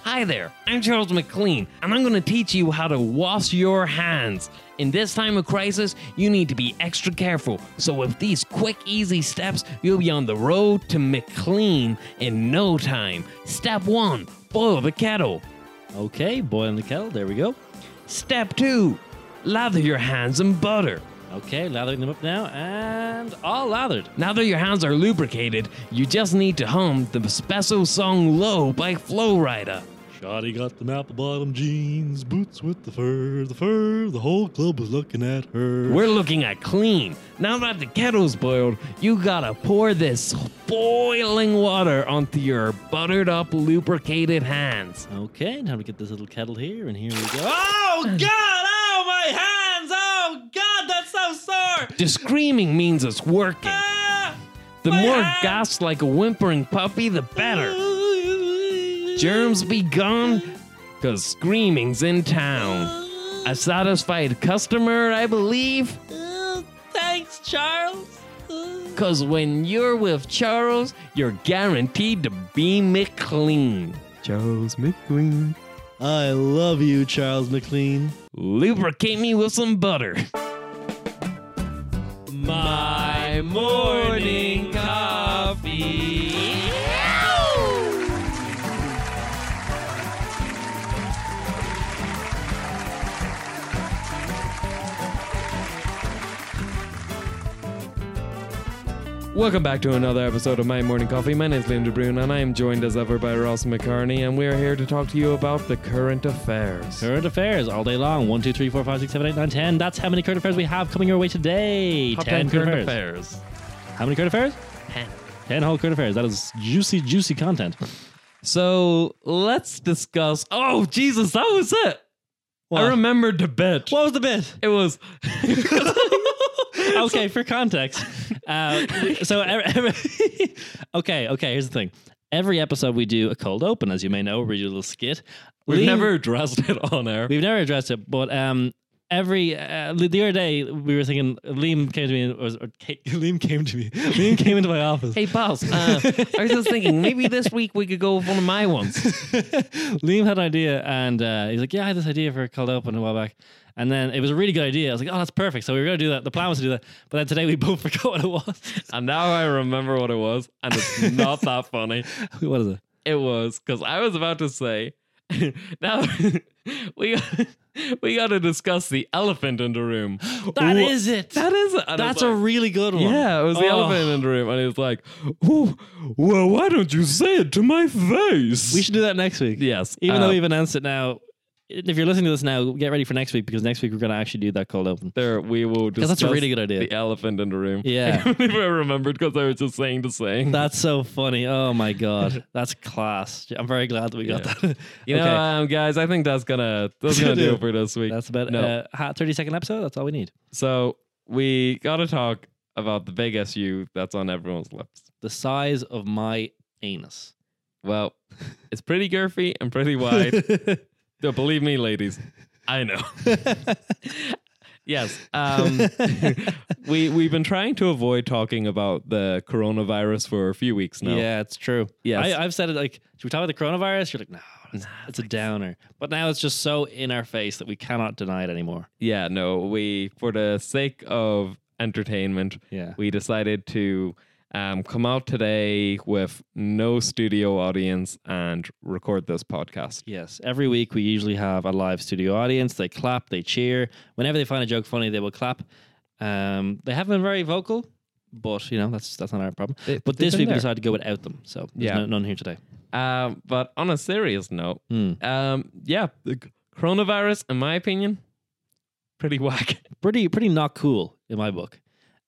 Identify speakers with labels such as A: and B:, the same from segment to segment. A: Hi there, I'm Charles McLean, and I'm going to teach you how to wash your hands. In this time of crisis, you need to be extra careful. So, with these quick, easy steps, you'll be on the road to McLean in no time. Step one boil the kettle.
B: Okay, boiling the kettle. There we go.
A: Step two lather your hands in butter.
B: Okay, lathering them up now, and all lathered.
A: Now that your hands are lubricated, you just need to hum the special song Low by Flow Rider.
C: Shotty got them apple bottom jeans, boots with the fur, the fur, the whole club was looking at her.
A: We're looking at clean. Now that the kettle's boiled, you gotta pour this boiling water onto your buttered up, lubricated hands.
B: Okay, now we get this little kettle here, and here we go. Oh God! Oh my hands! Oh God, that's so sore!
A: The screaming means it's working.
B: Ah!
A: The
B: my
A: more
B: hand.
A: gasps like a whimpering puppy, the better. Germs be gone, cause screaming's in town. A satisfied customer, I believe.
B: Uh, Thanks, Charles. Uh,
A: Cause when you're with Charles, you're guaranteed to be McLean. Charles McLean.
C: I love you, Charles McLean.
A: Lubricate me with some butter. My morning coffee. Welcome back to another episode of My Morning Coffee. My name is Linda Brune, and I am joined as ever by Ross McCarney, and we are here to talk to you about the current affairs.
B: Current affairs all day long. One, two, three, four, five, six, seven, eight, nine, ten. That's how many current affairs we have coming your way today.
A: Top 10
B: ten
A: current affairs.
B: How many current affairs?
A: Ten.
B: Ten whole current affairs. That is juicy, juicy content.
A: So let's discuss. Oh, Jesus, that was it. I
B: What?
A: remembered the bit.
B: What was the bit?
A: It was.
B: okay, for context. Uh, we- so, every, every- okay, okay, here's the thing. Every episode we do a cold open, as you may know, we do a little skit.
A: We've
B: Liam-
A: never addressed it on air.
B: we've never addressed it, but um, every uh, the other day we were thinking. Liam came to me, and- or, or ca- Liam came to me. Liam came into my office.
A: Hey, boss. Uh, I was just thinking maybe this week we could go with one of my ones.
B: Liam had an idea, and uh, he's like, "Yeah, I had this idea for a cold open a while back." And then it was a really good idea. I was like, "Oh, that's perfect." So we were gonna do that. The plan was to do that, but then today we both forgot what it was.
A: And now I remember what it was, and it's not that funny.
B: what is it?
A: It was because I was about to say now we we got to discuss the elephant in the room.
B: That
A: That
B: is
A: is
B: it.
A: that is it. And
B: That's
A: I
B: a
A: was like-
B: really good one.
A: yeah. It was the
B: Oh.
A: elephant in the room, and he was like, "Ooh, "Well, why don't you say it to my face?"
B: We should do that next week.
A: Yes,
B: Even though
A: uh,
B: we've announced it now, if you're listening to this now, get ready for next week because next week we're going to actually do that cold open.
A: there we will
B: Because
A: discuss
B: that's a really good idea.
A: the elephant in the room. I
B: Yeah.
A: can't believe I remembered because I was just saying the saying.
B: That's so funny. Oh my God. That's class. I'm very glad that we got
A: Yeah.
B: that.
A: You know, um, guys, I think that's gonna that's gonna do it for this week.
B: That's about
A: No.
B: uh, ha- 30 second episode. That's all we need.
A: so we gotta talk about the big SU that's on everyone's lips.
B: The size of my anus.
A: Well, it's pretty girthy and pretty wide. Don't believe me, ladies. I know. yes. Um, we we've been trying to avoid talking about the coronavirus for a few weeks now.
B: Yeah, it's true.
A: Yes.
B: I, I've said it like, should we talk about the coronavirus? You're like, no, it's, it's a downer. But now it's just so in our face that we cannot deny it anymore.
A: Yeah, no, we for the sake of entertainment,
B: Yeah.
A: we decided to um, come out today with no studio audience and record this podcast.
B: Yes, every week we usually have a live studio audience. They clap, they cheer. Whenever they find a joke funny, they will clap. Um, they haven't been very vocal, but you know that's that's not our problem.
A: They-
B: but
A: they've
B: this
A: been
B: week
A: there.
B: we decided to go without them, so there's
A: Yeah.
B: no, none here today.
A: Um, but on a serious note,
B: Hmm.
A: um, yeah, the c- coronavirus, in my opinion, pretty whack.
B: Pretty pretty not cool in my book.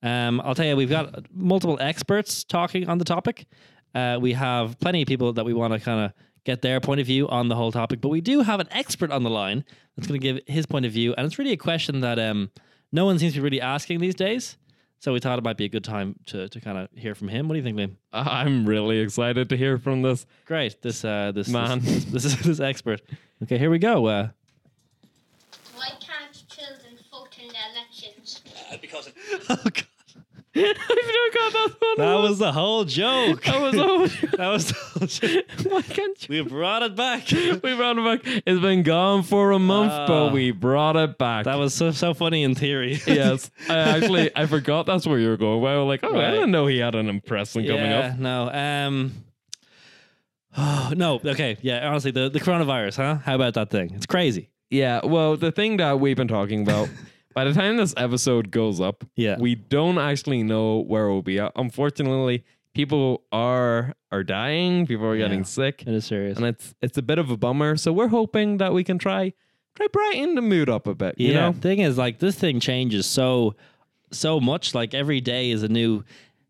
B: Um, I'll tell you, we've got multiple experts talking on the topic. Uh, we have plenty of people that we want to kind of get their point of view on the whole topic, but we do have an expert on the line that's going to give his point of view, and it's really a question that um, no one seems to be really asking these days. So we thought it might be a good time to to kind of hear from him. What do you think, Liam?
A: I'm really excited to hear from this.
B: Great, this uh, this
A: Man.
B: this this, this, this expert. Okay, here we go. Uh,
D: Why can't children vote in the elections?
E: Uh, because of
B: oh God,
A: I've never got that one.
B: That was the whole joke.
A: That was all.
B: that was the whole joke.
A: Why can't you?
B: We brought it back.
A: We brought it back. It's been gone for a month,
B: Ah.
A: but we brought it back.
B: That was so so funny in theory.
A: yes. I actually I forgot that's where you were going. Well, like, oh, I
B: Right.
A: didn't know he had an impression coming
B: yeah,
A: up.
B: No. Um. no. Okay. Yeah. Honestly, the the coronavirus, huh? How about that thing? It's crazy.
A: Yeah. Well, the thing that we've been talking about. By the time this episode goes up,
B: Yeah.
A: we don't actually know where we'll be. at. Unfortunately, people are are dying. People are getting
B: Yeah.
A: sick.
B: It is serious.
A: and it's it's a bit of a bummer. So we're hoping that we can try try brighten the mood up a bit. You
B: yeah.
A: know,
B: Thing is, like, this thing changes so so much. Like every day is a new.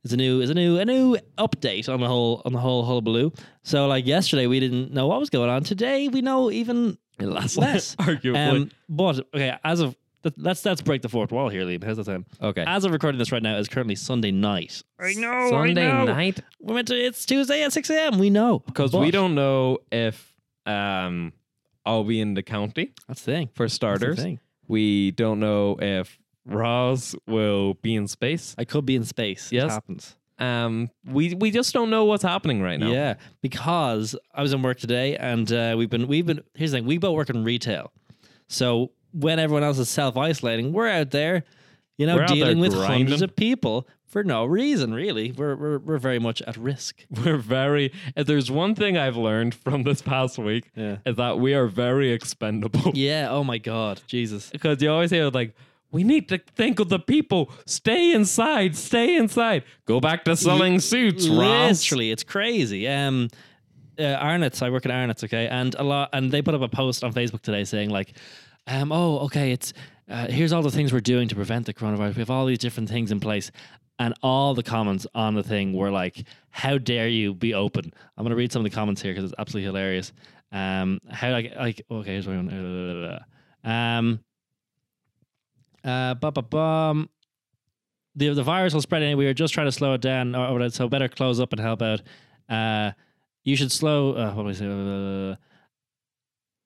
B: is a new is a new a new update on the whole on the whole hullabaloo. So like yesterday we didn't know what was going on. Today we know even
A: less
B: less.
A: arguably.
B: Um, but okay, as of th- let's let's break the fourth wall here, Liam. How's that sound?
A: okay,
B: As of recording this right now, it's currently Sunday night. I know.
A: Sunday night
B: We're meant to. It's Tuesday at six a.m. We know
A: because we don't know if um I'll be in the county
B: That's the thing.
A: for
B: That's the
A: starters.
B: thing.
A: We don't know if Roz will be in space.
B: I could be in space. It
A: Yes.
B: happens.
A: Um, we we just don't know what's happening right now.
B: Yeah, because I was in work today, and uh, we've been we've been here's the thing: we both work in retail, so when everyone else is self isolating, we're out there, you know,
A: We're out there
B: dealing with
A: grinding.
B: hundreds of people for no reason. Really, we're we're we're very much at risk.
A: We're very. If there's one thing I've learned from this past week,
B: Yeah.
A: is that we are very expendable.
B: Yeah. Oh my God, Jesus.
A: because you always hear like we need to think of the people stay inside stay inside go back to selling suits Ross.
B: Literally, it's crazy. Um, uh, Arnott's, I work at Arnott's, okay, and a lot, and they put up a post on Facebook today saying like, um, oh, okay, it's uh, here's all the things we're doing to prevent the coronavirus. We have all these different things in place, and all the comments on the thing were like, how dare you be open? I'm gonna read some of the comments here because it's absolutely hilarious. Um, how like like okay, here's one. Um, uh, ba ba bum the the virus will spread anyway. We were just trying to slow it down, or, or- so better close up and help out. Uh, you should slow. Uh, what was it? Uh,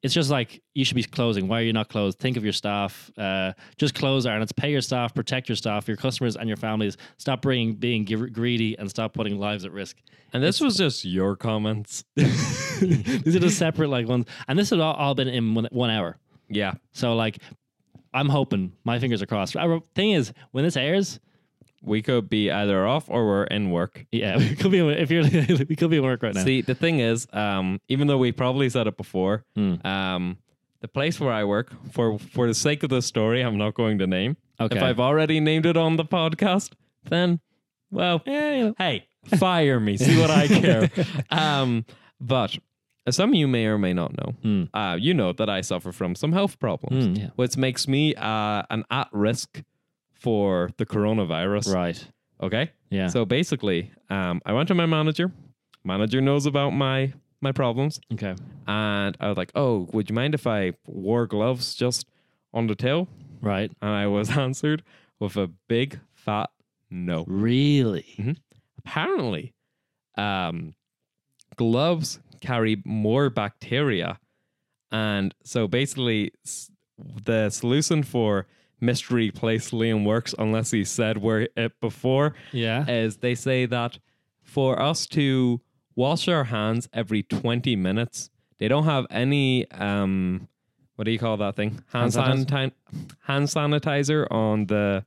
B: it's just like you should be closing. Why are you not closed? Think of your staff. Uh, just close, Aaron. It's pay your staff, protect your staff, your customers, and your families. Stop being being gre- greedy and stop putting lives at risk.
A: and this was just your comments
B: These are the separate like ones, and this has all, all been in one, one hour.
A: yeah
B: So like, I'm hoping. My fingers are crossed. Our thing is, when this airs,
A: we could be either off or we're in work
B: yeah, we could be if you're we could be at work right now.
A: see the thing is um even though we probably said it before
B: Hmm.
A: um the place where i work for for the sake of this story i'm not going to name
B: Okay.
A: if i've already named it on the podcast then well
B: Yeah, you know.
A: hey, fire me. See what I care. um, but as some of you may or may not know,
B: Mm.
A: uh, you know that I suffer from some health problems,
B: Mm, yeah.
A: which makes me uh, an at risk for the coronavirus.
B: Right.
A: Okay.
B: Yeah.
A: So basically, um, I went to my manager. Manager knows about my my problems,
B: okay.
A: and I was like, "Oh, would you mind if I wore gloves just on the till?"
B: Right.
A: And I was answered with a big fat no.
B: Really?
A: apparently um, gloves carry more bacteria and so basically s- the solution for mystery place liam works unless he said where it before
B: Yeah.
A: is they say that for us to wash our hands every 20 minutes they don't have any um what do you call that thing hand,
B: Hand
A: sanitizer hand sanitizer on the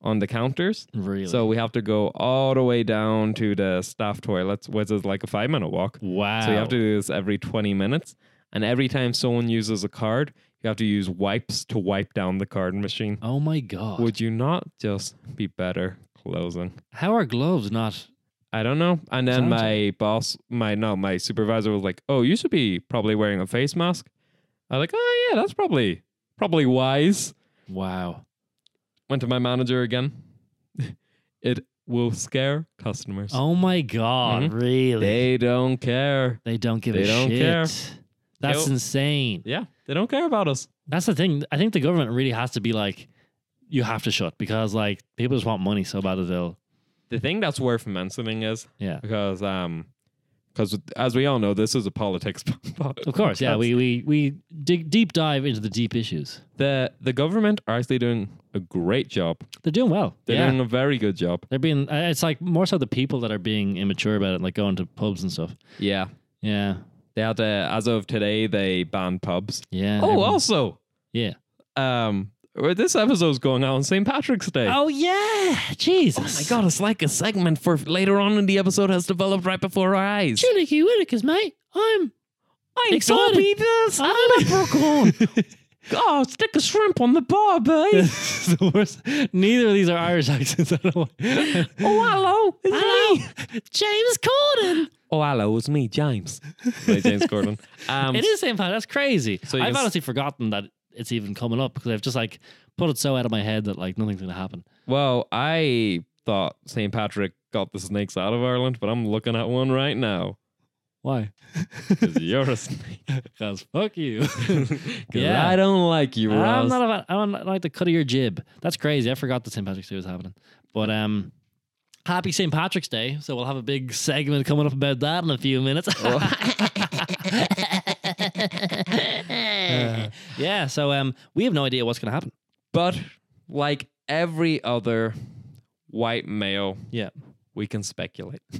A: on the counters
B: really.
A: so we have to go all the way down to the staff toilets, which is like a five minute walk.
B: wow.
A: So you have to do this every 20 minutes. And every time someone uses a card, you have to use wipes to wipe down the card machine.
B: Oh my god.
A: Would you not just be better closing?
B: How are gloves not?
A: I don't know. And then
B: Sounds-
A: my boss, my no, my supervisor was like, "Oh, you should be probably wearing a face mask." I was like, "Oh yeah, that's probably probably wise."
B: Wow.
A: Went to my manager again. it will scare customers.
B: Oh my god. Really?
A: Mm-hmm. They don't care.
B: They don't give
A: They
B: a
A: don't
B: shit.
A: care.
B: That's
A: Nope.
B: insane.
A: Yeah, they don't care about us.
B: That's the thing. I think the government really has to be like, you have to shut because like people just want money so bad that they'll
A: The thing that's worth mentioning is
B: yeah.
A: because um, Because as we all know, this is a politics podcast.
B: Of course, yeah. We we we dig deep dive into the deep issues.
A: the the government are actually doing a great job.
B: They're doing well.
A: They're
B: yeah.
A: doing a very good job.
B: They're being. uh, It's like more so the people that are being immature about it, like going to pubs and stuff.
A: Yeah,
B: Yeah,
A: they had uh, as of today they banned pubs.
B: yeah.
A: Oh,
B: everyone-
A: also,
B: yeah.
A: um, well, this episode's going out on St. Patrick's Day.
B: Oh yeah, Jesus.
A: Oh,
F: My God, it's like a segment for later on in the episode has developed right before our eyes.
B: Chilicky Willikers, mate. I'm
F: I
B: excited.
F: this.
B: I'm leprechaun.
F: Oh, stick a shrimp on the bar, babe.
B: This is the worst. Neither of these are Irish accents. I don't know. why.
F: Oh, hello. It's
B: Hello,
F: me.
B: James Corden.
F: Oh, hello. It's me, James.
A: By James Corden.
F: Um,
B: It is St. Patrick. That's crazy.
A: So you
B: I've
A: can s-
B: honestly forgotten that it's even coming up because I've just like put it so out of my head that like nothing's gonna happen.
A: Well, I thought St. Patrick got the snakes out of Ireland, but I'm looking at one right now.
B: Why?
A: 'Cause you're a snake.
B: Because fuck you.
A: 'Cause
B: Yeah.
A: I don't like you, Ross.
B: I'm not about, I don't like the cut of your jib. That's crazy. I forgot that St. Patrick's Day was happening. But um, happy St. Patrick's Day. So we'll have a big segment coming up about that in a few minutes. yeah. So um, we have no idea what's going to happen.
A: but like every other white male,
B: Yeah.
A: we can speculate.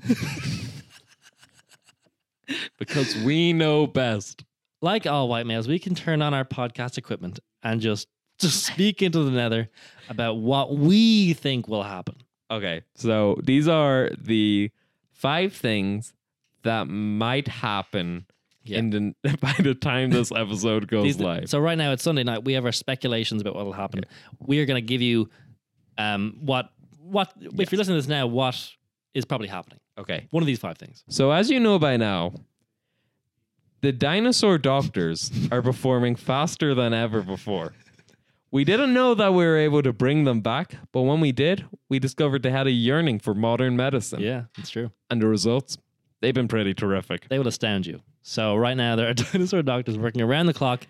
A: because we know best.
B: Like all white males, we can turn on our podcast equipment and just just speak into the nether about what we think will happen.
A: Okay, so these are the five things that might happen
B: Yeah.
A: in the, by the time this episode goes
B: These-
A: live.
B: So right now it's Sunday night. We have our speculations about what will happen. We are going to give you um, what what if you're listening to this now, what is probably happening.
A: Okay,
B: One of these five things.
A: So, as you know by now, the dinosaur doctors are performing faster than ever before. We didn't know that we were able to bring them back, but when we did, we discovered they had a yearning for modern medicine.
B: Yeah, it's true.
A: And the results, they've been pretty terrific.
B: They will astound you. So right now there are dinosaur doctors working around the clock,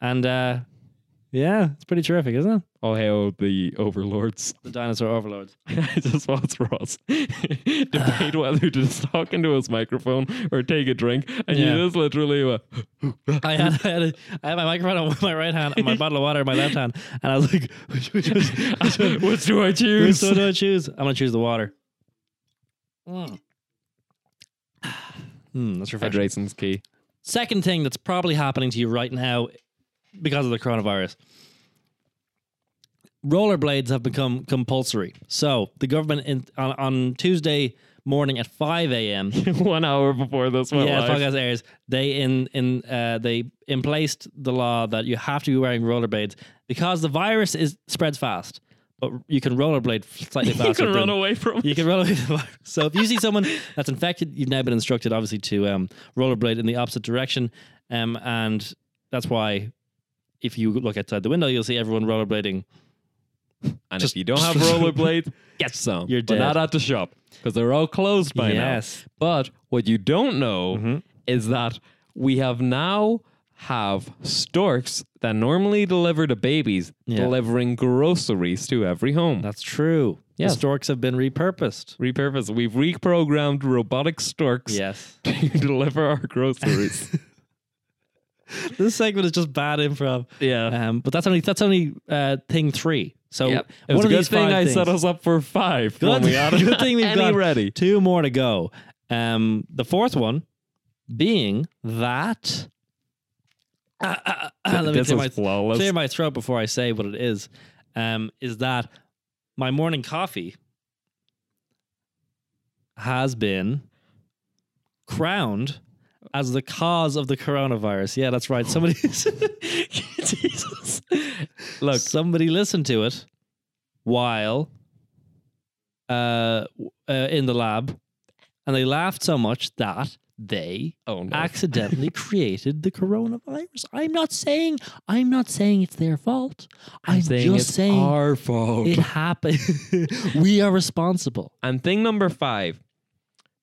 B: and uh, yeah, it's pretty terrific, isn't it?
A: All hail Oh, the overlords.
B: The dinosaur overlords.
A: I just watched Ross debate whether to just talk into his microphone or take a drink, and
B: Yeah.
A: you just literally went,
B: I had, I, had a, I had my microphone on my right hand and my bottle of water in my left hand, and I was like, which, which, which, which, which,
A: Which do I
B: Which
A: choose?
B: soda do I choose? I'm gonna choose the water. Mm. Hmm, that's refreshing.
A: Hydration's key.
B: Second thing that's probably happening to you right now because of the coronavirus. Rollerblades have become compulsory. So the government in, on, on Tuesday morning at 5 a.m.
A: One hour before this went
B: yeah,
A: live.
B: podcast airs. They in in uh, they emplaced the law that you have to be wearing rollerblades because the virus is spreads fast, but you can rollerblade slightly faster.
A: you can
B: than-
A: run away from
B: You can roll away with the virus. So if you see someone that's infected, you've now been instructed, obviously, to um, rollerblade in the opposite direction. Um, and that's why if you look outside the window, you'll see everyone rollerblading.
A: And
B: Just-
A: if you don't have rollerblades, get some.
B: You're
A: but not
B: dead.
A: at the shop because they're all closed by
B: Yes. Mm-hmm.
A: now. But what you don't know is that we have now have storks that normally deliver to babies
B: Yeah.
A: delivering groceries to every home.
B: That's true.
A: Yeah.
B: The storks have been repurposed.
A: Repurpose. We've reprogrammed robotic storks
B: Yes.
A: to deliver our groceries.
B: this segment is just bad improv.
A: yeah.
B: Um, but that's only that's only uh, thing three. So
A: Yep. It
B: one
A: was a
B: of
A: good
B: these
A: thing
B: five
A: I
B: things,
A: set us up for five. when
B: Good,
A: we had
B: good thing we've
A: any
B: got
A: ready.
B: two more to go. Um, the fourth one being that. Ah, ah, ah, let me
A: this
B: clear
A: was
B: my-
A: flawless.
B: clear my throat before I say what it is. Um, is that my morning coffee has been crowned as the cause of the coronavirus? Yeah, that's right. Somebody, Jesus,
A: Look.
B: somebody listened to it while uh, w- uh, in the lab, and they laughed so much that they
A: Oh, no.
B: accidentally created the coronavirus. I'm not saying I'm not saying it's their fault. I'm, just saying
A: our fault.
B: it happened. we are responsible.
A: And thing number five.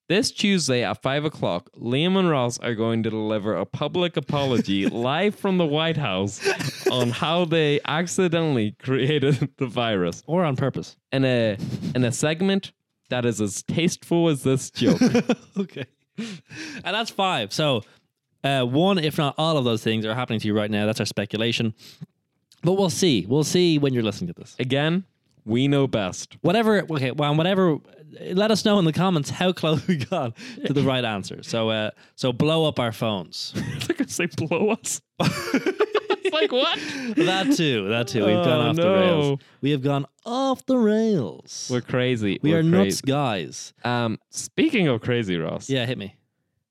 A: This Tuesday at five o'clock, Liam and Ross are going to deliver a public apology live from the White House on how they accidentally created the virus
B: Or on purpose.
A: in a in a segment that is as tasteful as this joke.
B: Okay. and that's five. So, uh, one, if not all of those things, are happening to you right now. That's our speculation. But we'll see. We'll see when you're listening to this.
A: Again, we know best.
B: Whatever. Okay. Well, whatever. Let us know in the comments how close we got to the right answer. So, uh, so blow up our phones.
A: It's like I say, blow us. it's like what?
B: that too. That too. We've gone
A: Oh,
B: off the
A: no.
B: rails. We have gone off the rails.
A: We're crazy.
B: We
A: We're
B: are
A: crazy.
B: nuts, guys.
A: Um, speaking of crazy, Ross.
B: Yeah, hit me.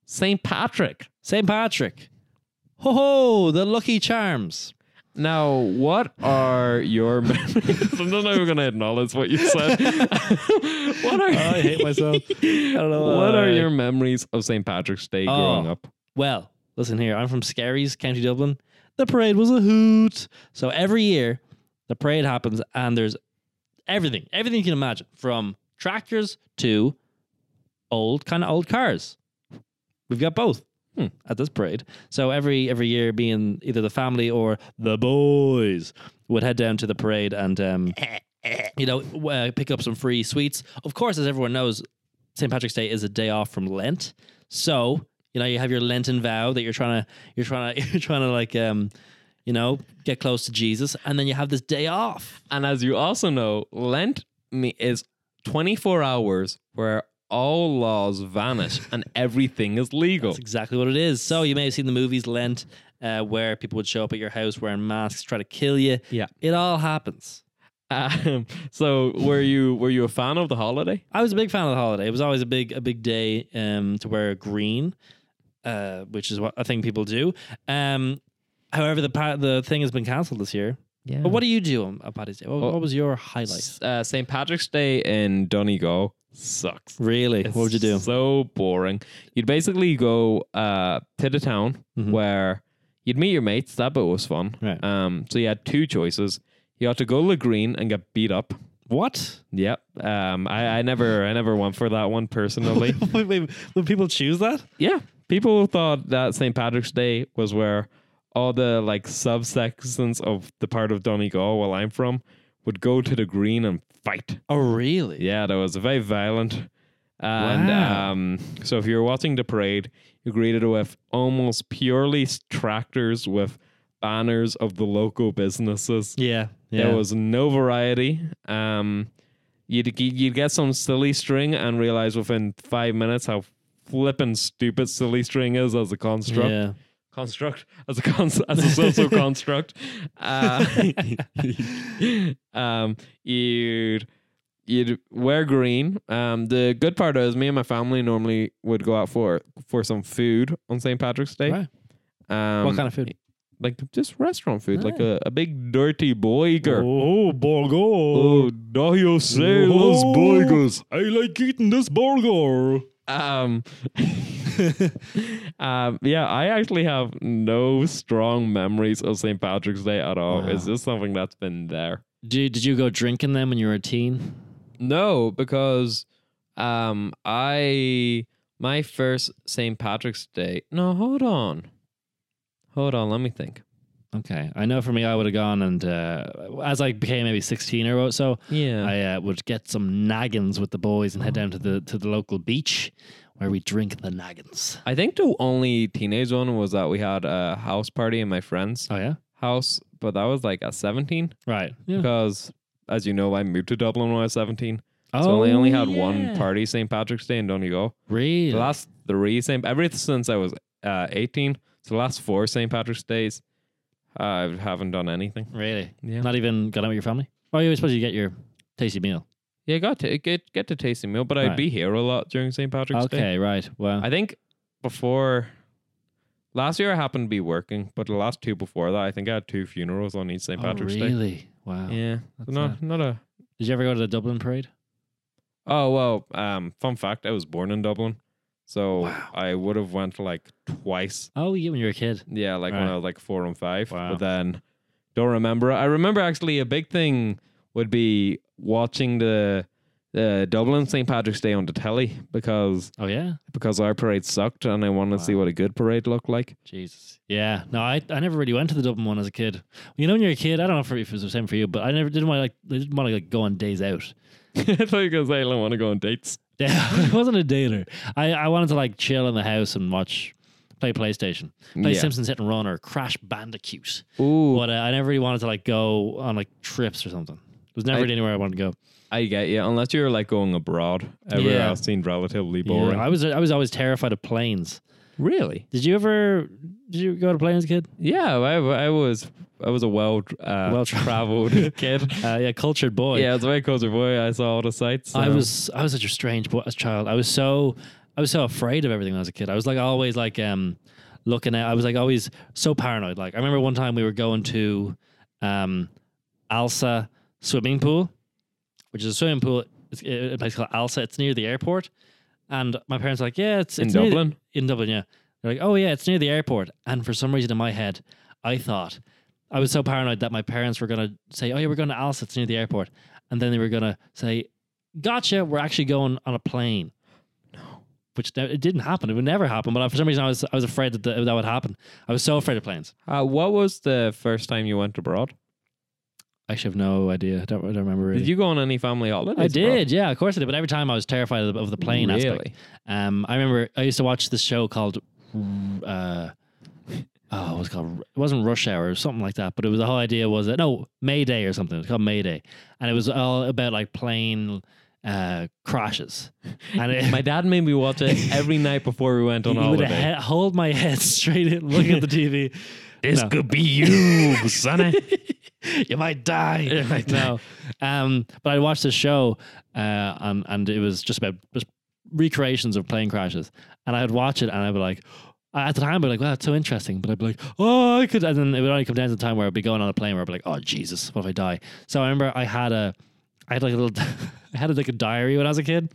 A: St. Patrick.
B: St. Patrick. Ho ho, the Lucky Charms.
A: Now, what are your memories? I'm not even going to acknowledge what you said. what are
B: I hate myself. I don't know
A: What
B: why.
A: are your memories of St. Patrick's Day growing
B: Oh.
A: up?
B: Well, listen here. I'm from Skerries, County Dublin. The parade was a hoot. So every year, the parade happens, and there's everything, everything you can imagine, from tractors to old, kind of old cars. We've got both
A: Hmm.
B: at this parade. So every every year, being either the family or the boys would head down to the parade and, um, you know, w- uh, pick up some free sweets. Of course, as everyone knows, St. Patrick's Day is a day off from Lent. So you know you have your Lenten vow that you're trying to you're trying to you're trying to like um you know get close to Jesus, and then you have this day off.
A: And as you also know, Lent me- is 24 hours where all laws vanish and everything is legal.
B: That's exactly what it is. So you may have seen the movies Lent, uh, where people would show up at your house wearing masks, try to kill you.
A: Yeah.
B: it all happens.
A: Um, so were you were you a fan of the holiday?
B: I was a big fan of the holiday. It was always a big a big day um, to wear green, uh, which is what I think people do. Um, however, the pa- the thing has been cancelled this year.
A: Yeah.
B: But what do you do on, on Paddy's Day? What,
A: Well,
B: what was your highlight?
A: uh, St. Patrick's Day in Donegal sucks.
B: Really,
A: It's
B: what would you do?
A: So boring. You'd basically go uh, to the town
B: Mhm.
A: where you'd meet your mates. That bit was fun.
B: Right.
A: Um, so you had two choices. You had to go to the green and get beat up.
B: What?
A: Yep. Um, I, I never I never went for that one personally.
B: wait, wait, would people choose that?
A: yeah. People thought that St. Patrick's Day was where all the like subsections of the part of Donegal where I'm from would go to the green and fight.
B: Oh, really?
A: Yeah, that was very violent. And
B: Wow.
A: um, so if you're watching the parade, you're greeted with almost purely s- tractors with banners of the local businesses.
B: Yeah.
A: There was no variety. Um, you'd, g- you'd get some silly string and realize within five minutes how flippin' stupid silly string is as a construct.
B: yeah.
A: Construct as a cons- as a social construct. Uh, um, you'd you'd wear green. Um, the good part is me and my family normally would go out for for some food on St. Patrick's Day.
B: Right.
A: Um,
B: what kind of food?
A: like just restaurant food, like a, a big dirty burger.
C: Oh, burger.
A: Oh, Dario say
C: loves
B: Oh.
C: burgers.
A: I
C: like eating this burger.
A: Um, um, yeah, I actually have no strong memories of St. Patrick's Day at all. It's just something that's been there.
B: Did, did you go drinking then when you were a teen?
A: No, because um, I my first St. Patrick's Day. No, hold on, hold on. Let me think.
B: Okay. I know for me, I would have gone and uh, as I became maybe 16 or so,
A: Yeah,
B: I uh, would get some naggins with the boys and head down to the to the local beach where we drink the naggins.
A: I think the only teenage one was that we had a house party in my friend's
B: Oh, yeah?
A: house, but that was like at seventeen.
B: Right. Yeah.
A: Because, as you know, I moved to Dublin when I was 17.
B: Oh,
A: so I only had one
B: yeah.
A: party St. Patrick's Day in Donegal.
B: Really?
A: The last three St. Ever since I was uh, 18, so the last four St. Patrick's Days, I haven't done anything.
B: really?
A: Yeah.
B: Not even got out with your family? Oh, you were supposed to get your tasty meal.
A: Yeah, got to get, get to tasty meal, but
B: Right.
A: I'd be here a lot during St. Patrick's Day.
B: Okay, right. Well,
A: I think before last year I happened to be working, but the last two before that, I think I had two funerals on each St.
B: oh,
A: Patrick's Day.
B: really? Wow.
A: Yeah,
B: That's
A: no,
B: sad.
A: not a.
B: Did you ever go to the Dublin parade?
A: Oh well, um, fun fact: I was born in Dublin, so I would have went like twice.
B: Oh, yeah, when you were a kid.
A: Yeah, like when
B: Right.
A: I was like four and five.
B: Wow.
A: But then don't remember. I remember actually a big thing would be watching the the Dublin St Patrick's Day on the telly because
B: Oh yeah,
A: because our parade sucked and I wanted to see what a good parade looked like.
B: Jesus. Yeah. No, I, I never really went to the Dublin one as a kid. You know, when you're a kid, I don't know if it was the same for you, but I never didn't want to like I didn't want to like go on days out.
A: I thought you were gonna say I don't want to go on dates.
B: it wasn't a dater. I, I wanted to like chill in the house and watch, play PlayStation, play
A: Yeah.
B: Simpsons Hit and Run or Crash Bandicoot.
A: Ooh,
B: But uh, I never really wanted to like go on like trips or something. It was never
A: I-
B: really anywhere I wanted to go.
A: I get you. Unless you're like going abroad, everywhere
B: Yeah.
A: else seemed relatively
B: Yeah,
A: boring.
B: I was I was always terrified of planes.
A: really?
B: Did you ever did you go to planes, kid?
A: Yeah, I, I was I was a well uh,
B: Well
A: well
B: tra-
A: traveled kid.
B: Uh, yeah, cultured boy.
A: Yeah, it's very culture boy. I saw all the sights. um,
B: I
A: so-
B: was I was such a strange boy as a child. I was so I was so afraid of everything when I was a kid. I was like always like um looking at I was like always so paranoid. Like I remember one time we were going to um Alsa swimming pool, which is a swimming pool it's a place called Alsa. It's near the airport. And my parents were like, Yeah, it's,
A: in
B: it's near the-
A: Dublin.
B: in Dublin, yeah. They're like, oh yeah, it's near the airport. And for some reason in my head, I thought I was so paranoid that my parents were gonna say, oh yeah, we're going to Alice, it's near the airport, and then they were gonna say, gotcha, we're actually going on a plane. No, which ne- it didn't happen. It would never happen. But I- for some reason, I was I was afraid that th- that would happen. I was so afraid of planes.
A: Uh, what was the first time you went abroad?
B: I actually have no idea. I don't, I don't remember. Really.
A: Did you go on any family holidays?
B: I
A: abroad?
B: did, yeah, of course I did. But every time I was terrified of the, of the plane aspect.
A: Really?
B: Um, I remember I used to watch this show called, uh, oh, it was called. It wasn't Rush Hour or something like that. But it was the whole idea was that no Mayday or something. It was called Mayday, and it was all about like plane uh, crashes. And it,
A: My dad made me watch it every night before we went on
B: he would
A: holiday.
B: he- hold my head straight, in, look at the TV.
F: This
B: No.
F: could be you, sonny.
B: you might die. no, um, but I watched this show, uh, and and it was just about just recreations of plane crashes, and I'd watch it, and I'd be like. At the time, I'd be like, "Wow, that's so interesting," but I'd be like, "Oh, I could," and then it would only come down to the time where I'd be going on a plane where I'd be like, "Oh, Jesus, what if I die?" So I remember I had a, I had like a little, I had like a diary when I was a kid,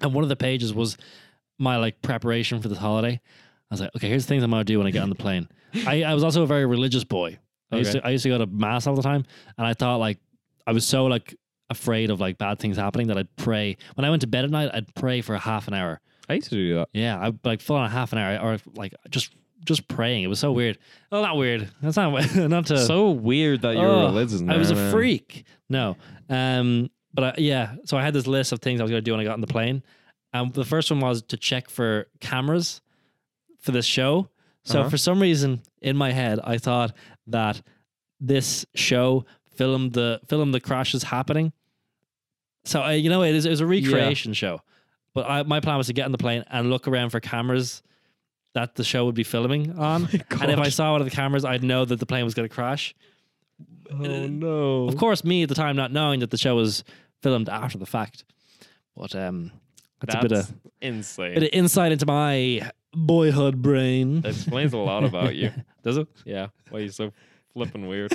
B: and one of the pages was my like preparation for this holiday. I was like, okay, here's the things I'm gonna do when I get on the plane. I, I was also a very religious boy. I used
A: Okay.
B: to I used to go to mass all the time, and I thought like I was so like afraid of like bad things happening that I'd pray when I went to bed at night. I'd pray for half an hour.
A: I used to do that.
B: Yeah, I like full on half an hour or like just just praying. It was so weird. Well, not weird. That's not not to
A: so weird that you're
B: Oh,
A: religious.
B: I was a
A: man.
B: freak. No. Um, but I, yeah, so I had this list of things I was going to do when I got on the plane. Um, the first one was to check for cameras for this show. So
A: Uh-huh.
B: for some reason in my head, I thought that this show filmed the filmed the crashes happening. So I, you know, it is it was a recreation show. But I, my plan was to get on the plane and look around for cameras that the show would be filming on. and if I saw one of the cameras, I'd know that the plane was going to crash.
A: Oh no.
B: Of course, me at the time not knowing that the show was filmed after the fact. But um, that's, a bit
A: That's
B: of,
A: insane.
B: bit of insight into my boyhood brain.
A: That explains a lot about you.
B: Does it?
A: Yeah. Why you're so flipping weird.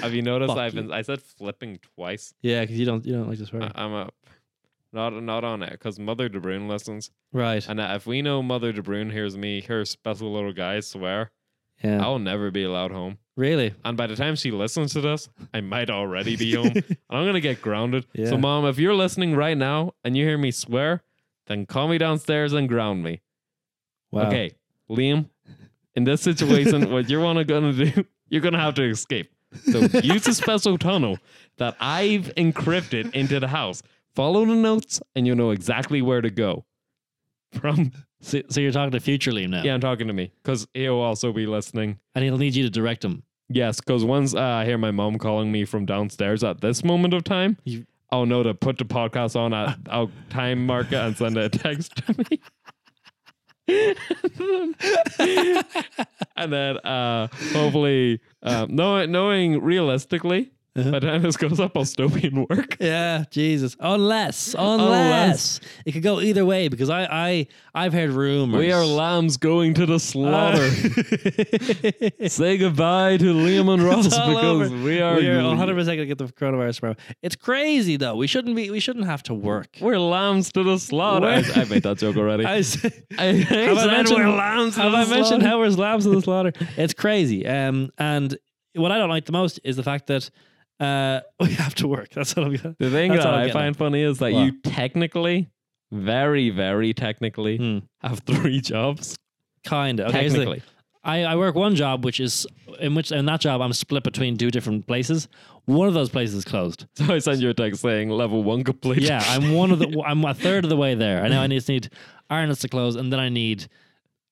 A: Have you noticed
B: Fuck
A: I've
B: you.
A: been I said flipping twice.
B: Yeah, because you don't you don't like this word,
A: I, I'm a not not on it because Mother De Bruyne listens,
B: right?
A: and if we know Mother De Bruyne hears me, her special little guy swear,
B: Yeah,
A: I'll never be allowed home.
B: really.
A: And by the time she listens to this, I might already be home. and I'm gonna get grounded.
B: Yeah.
A: So, mom, if you're listening right now and you hear me swear, then call me downstairs and ground me.
B: Wow.
A: Okay, Liam, in this situation, what you're wanna gonna do, you're gonna have to escape. So use a special tunnel that I've encrypted into the house. Follow the notes and you'll know exactly where to go. From
B: So, so you're talking to future Liam now,
A: yeah, I'm talking to me. Cause he'll also be listening.
B: and he'll need you to direct him.
A: Yes, because once uh, I hear my mom calling me from downstairs at this moment of time,
B: You-
A: I'll know to put the podcast on at I'll time mark it and send a text to me. and then uh, hopefully, um, knowing, knowing realistically,
B: Uh-huh.
A: by the time this goes up, I'll still be in work.
B: Yeah, Jesus. Unless,
A: Unless.
B: it could go either way, because I I I've heard rumors.
A: We are lambs going to the slaughter.
B: Uh,
A: Say goodbye to Liam and Ross
B: It's all
A: because
B: over.
A: we are
B: we are 100 percent gonna get the coronavirus tomorrow. It's crazy though. We shouldn't be. We shouldn't have to work.
A: we're lambs to the slaughter.
B: We're-
A: I, I made that joke already.
B: I s-
A: I have
B: I mentioned-
A: lambs
B: have I mentioned how we're slabs in the slaughter? It's crazy. Um, and what I don't like the most is the fact that uh, we have to work. That's what I'm. Gonna,
A: the thing
B: That's
A: that
B: all I'm
A: I
B: getting
A: find funny is that
B: What?
A: you technically, very, very technically,
B: Hmm.
A: have three jobs.
B: Kind of.
A: technically,
B: I, I work one job, which is in which in that job I'm split between two different places. One of those places is closed.
A: So I sent you a text saying level one complete.
B: Yeah, I'm one of the I'm a third of the way there. I know I just need Ireland's to close, and then I need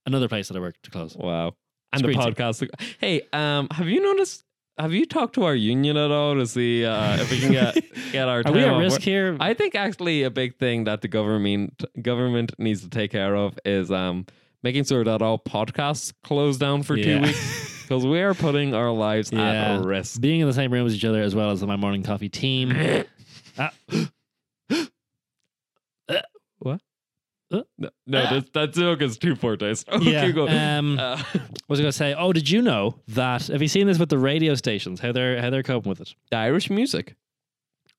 B: another place that I work to close.
A: Wow. And
B: Screen
A: the
B: saver.
A: podcast. Hey, um, have you noticed? Have you talked to our union at all to see uh, if we can get get our
B: Are
A: time
B: we at
A: off
B: risk
A: work?
B: here?
A: I think actually a big thing that the government government needs to take care of is um making sure that all podcasts close down for
B: Yeah.
A: two weeks because we are putting our lives
B: Yeah.
A: at risk.
B: Being in the same room as each other, as well as my morning coffee team. Ah,
A: No, no that, that joke is too forte. Okay,
B: Uh, yeah.
A: go.
B: Um,
A: Uh,
B: was I going to say? Oh, did you know that? Have you seen this with the radio stations? How they're how they're coping with it?
A: the Irish music.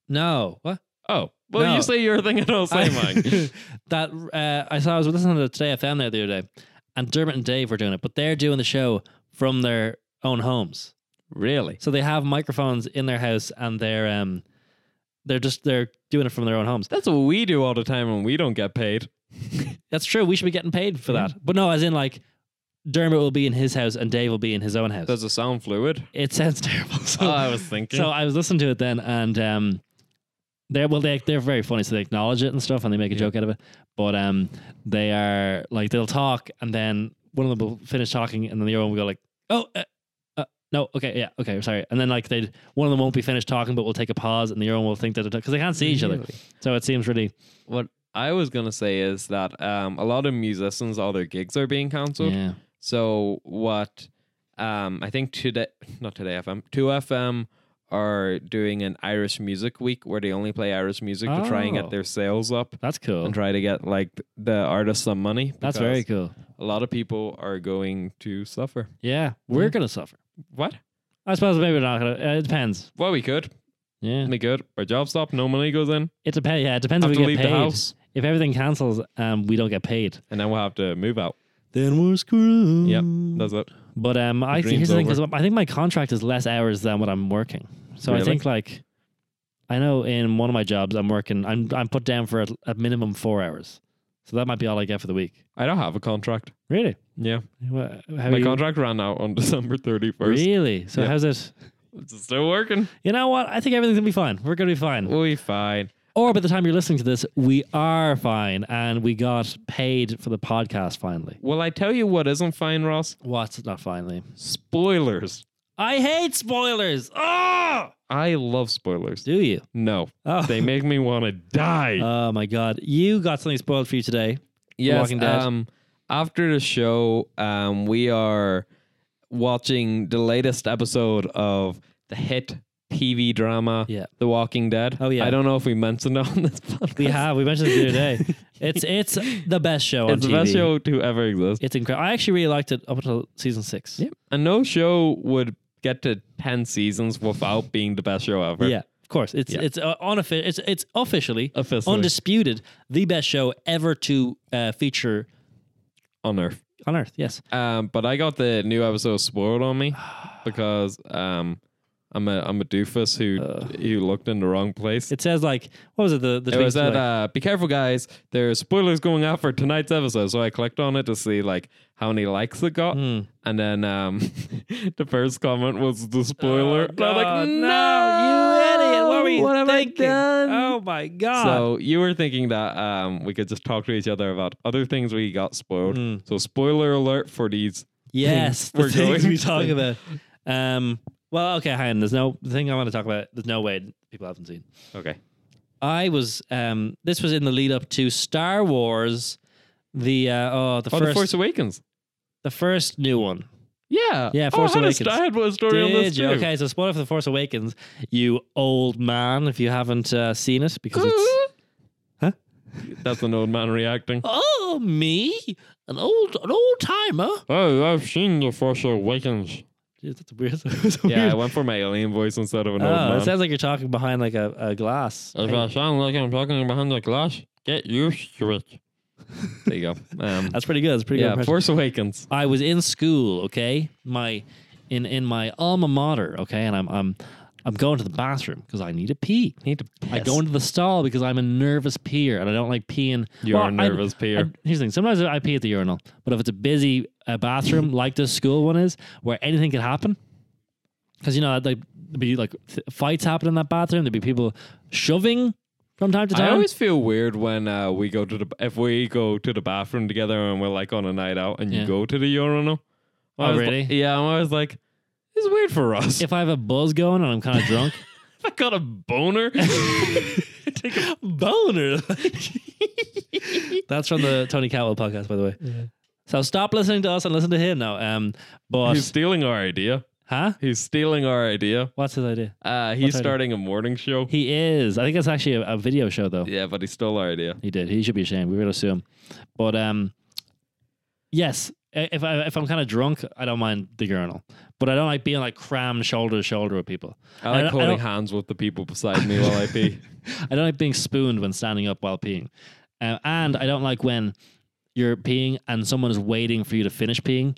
B: No. What?
A: Oh, well,
B: No.
A: you say your thing and I'll say mine.
B: that uh, I saw. I was listening to Today FM there the other day, and Dermot and Dave were doing it, but they're doing the show from their own homes.
A: really?
B: So they have microphones in their house, and they're um, they're just they're doing it from their own homes.
A: That's what we do all the time when we don't get paid.
B: That's true. We should be getting paid for that. But no, as in like Dermot will be in his house and Dave will be in his own house.
A: Does it sound fluid?
B: it sounds terrible. So,
A: Oh, I was thinking.
B: so I was listening to it then, and um, they're well, they they're very funny, so they acknowledge it and stuff, and they make a joke out of it. But um, they are like they'll talk, and then one of them will finish talking, and then the other one will go like, "Oh, uh, uh, no, okay, yeah, okay, sorry." And then like they one of them won't be finished talking, but will take a pause, and the other one will think that because they can't see each other, so it seems really
A: What I was gonna say is that um, a lot of musicians, all their gigs are being cancelled.
B: yeah.
A: So what? Um, I think today, not today FM, two FM are doing an Irish Music Week where they only play Irish music to try and
B: Oh.
A: get their sales up
B: That's cool.
A: and try to get like the artists some money. because
B: That's very cool.
A: A lot of people are going to suffer.
B: Yeah, we're gonna suffer.
A: What?
B: I suppose maybe we're not gonna. Uh, it depends.
A: Well, we could.
B: Yeah,
A: We could. Our job stop. No money goes in.
B: it depends. Yeah, it depends
A: Have
B: if
A: to
B: we get
A: leave
B: paid.
A: the house,
B: If everything cancels, um, we don't get paid.
A: and then we'll have to move out.
C: Then we're screwed.
A: Yep, that's it.
B: But um, I think
A: dream's
B: here's the thing:
A: over.
B: 'cause I think my contract is less hours than what I'm working. So I
A: Really?
B: think like, I know in one of my jobs I'm working. I'm I'm put down for a, a minimum four hours. So that might be all I get for the week.
A: I don't have a contract.
B: Really?
A: Yeah,
B: Wha- How
A: my
B: you-
A: contract ran out on December thirty first.
B: Really? So
A: Yeah.
B: how's it?
A: It's still working.
B: You know what? I think everything's gonna be fine. We're gonna be fine.
A: We'll be fine.
B: Or by the time you're listening to this, we are fine and we got paid for the podcast finally.
A: Well, I tell you what isn't fine, Ross?
B: What's not finally?
A: Spoilers.
B: I hate spoilers. Oh,
A: I love spoilers.
B: do you?
A: No,
B: Oh,
A: they make me want to die.
B: oh my god, you got something spoiled for you today.
A: yes.
B: Walking Dead.
A: Um, after the show, um, we are watching the latest episode of the hit TV drama,
B: Yeah.
A: The Walking Dead.
B: Oh, yeah.
A: I don't know if we mentioned it on this podcast.
B: We have we mentioned it the other day. It's it's the best show on
A: It's the best
B: TV.
A: show to ever exist.
B: It's incredible. I actually really liked it up until season six.
A: Yep. And no show would get to 10 seasons without being the best show ever.
B: Yeah, of course. It's
A: Yeah.
B: it's uh, unoffi- It's it's officially
A: Officially.
B: undisputed the best show ever to uh, feature
A: On Earth.
B: on Earth. Yes.
A: Um, but I got the new episode spoiled on me because um, I'm a I'm a doofus who who looked in the wrong place. It,
B: It says like what was it the the tweets
A: was
B: were
A: that uh,
B: like-
A: be careful guys, there's spoilers going out for tonight's episode. So I clicked on it to see like how many likes it got,
B: Hmm.
A: and then um, the first comment was the spoiler. And I'm
B: Oh, God,
A: like, no,
B: you idiot! What were you
A: What have I
B: thinking?
A: done?
B: Oh my god!
A: So you were thinking that um, we could just talk to each other about other things we got spoiled.
B: Hmm.
A: So spoiler alert for these.
B: yes, the
A: we're
B: things
A: going
B: we
A: to
B: talk about. Um, well, okay, hang on. There's no the thing I want to talk about. There's no way people haven't seen.
A: Okay.
B: I was. Um, this was in the lead up to Star Wars. The uh, oh, the
A: Oh,
B: first
A: the Force Awakens.
B: the first new one.
A: Yeah.
B: Yeah,
A: Oh,
B: Force
A: I had a
B: Awakens.
A: st- I had one story on Oh, this
B: Did you?
A: too.
B: Okay, so spoiler for the Force Awakens, you old man, if you haven't uh, seen it, because it's
A: That's an old man reacting.
B: oh me, an old an old timer.
A: Oh, I've seen the Force Awakens.
B: Jeez, that's weird. that's a
A: Yeah,
B: weird-
A: I went for my alien voice instead of an
B: Oh, it
A: old man.
B: sounds like you're talking behind like a, a glass.
A: If I sound like I'm talking behind the glass, get used to it. there you go. Um,
B: That's pretty good. That's pretty
A: yeah,
B: good. impression.
A: Force Awakens.
B: I was in school, okay? My in in my alma mater, okay, and I'm I'm I'm going to the bathroom because I need to pee.
A: Need to
B: I go into the stall because I'm a nervous peer and I don't like peeing.
A: You're
B: Well,
A: a
B: I-
A: nervous
B: I-
A: peer.
B: here's the thing. Sometimes I pee at the urinal, but if it's a busy uh, bathroom like this school one is, where anything could happen, because you know, like there'd be like th- fights happen in that bathroom. There'd be people shoving from time to
A: I
B: time.
A: always feel weird when uh, we go to the if we go to the bathroom together and we're like on a night out and
B: Yeah.
A: you go to the urinal. I'm
B: Oh,
A: always
B: really?
A: Like, yeah, I'm always like, it's weird for us. If
B: if I have a buzz going and I'm kind of drunk,
A: I got a boner,
B: take a boner. That's from the Tony Cowell podcast, by the way. So stop listening to us and listen to him now. Um, but
A: he's stealing our idea.
B: huh?
A: He's stealing our idea.
B: What's his idea?
A: Uh, he's
B: idea?
A: starting a morning show.
B: He is. I think it's actually a, a video show though.
A: yeah, but he stole our idea.
B: He did. He should be ashamed. We would assume. But um, yes, i- if I if I'm kind of drunk, I don't mind the urinal, but I don't like being like crammed shoulder to shoulder with people.
A: I
B: I
A: like
B: don't- I
A: holding
B: don't-
A: hands with the people beside me while I pee.
B: I don't like being spooned when standing up while peeing, um, and I don't like when you're peeing and someone is waiting for you to finish peeing.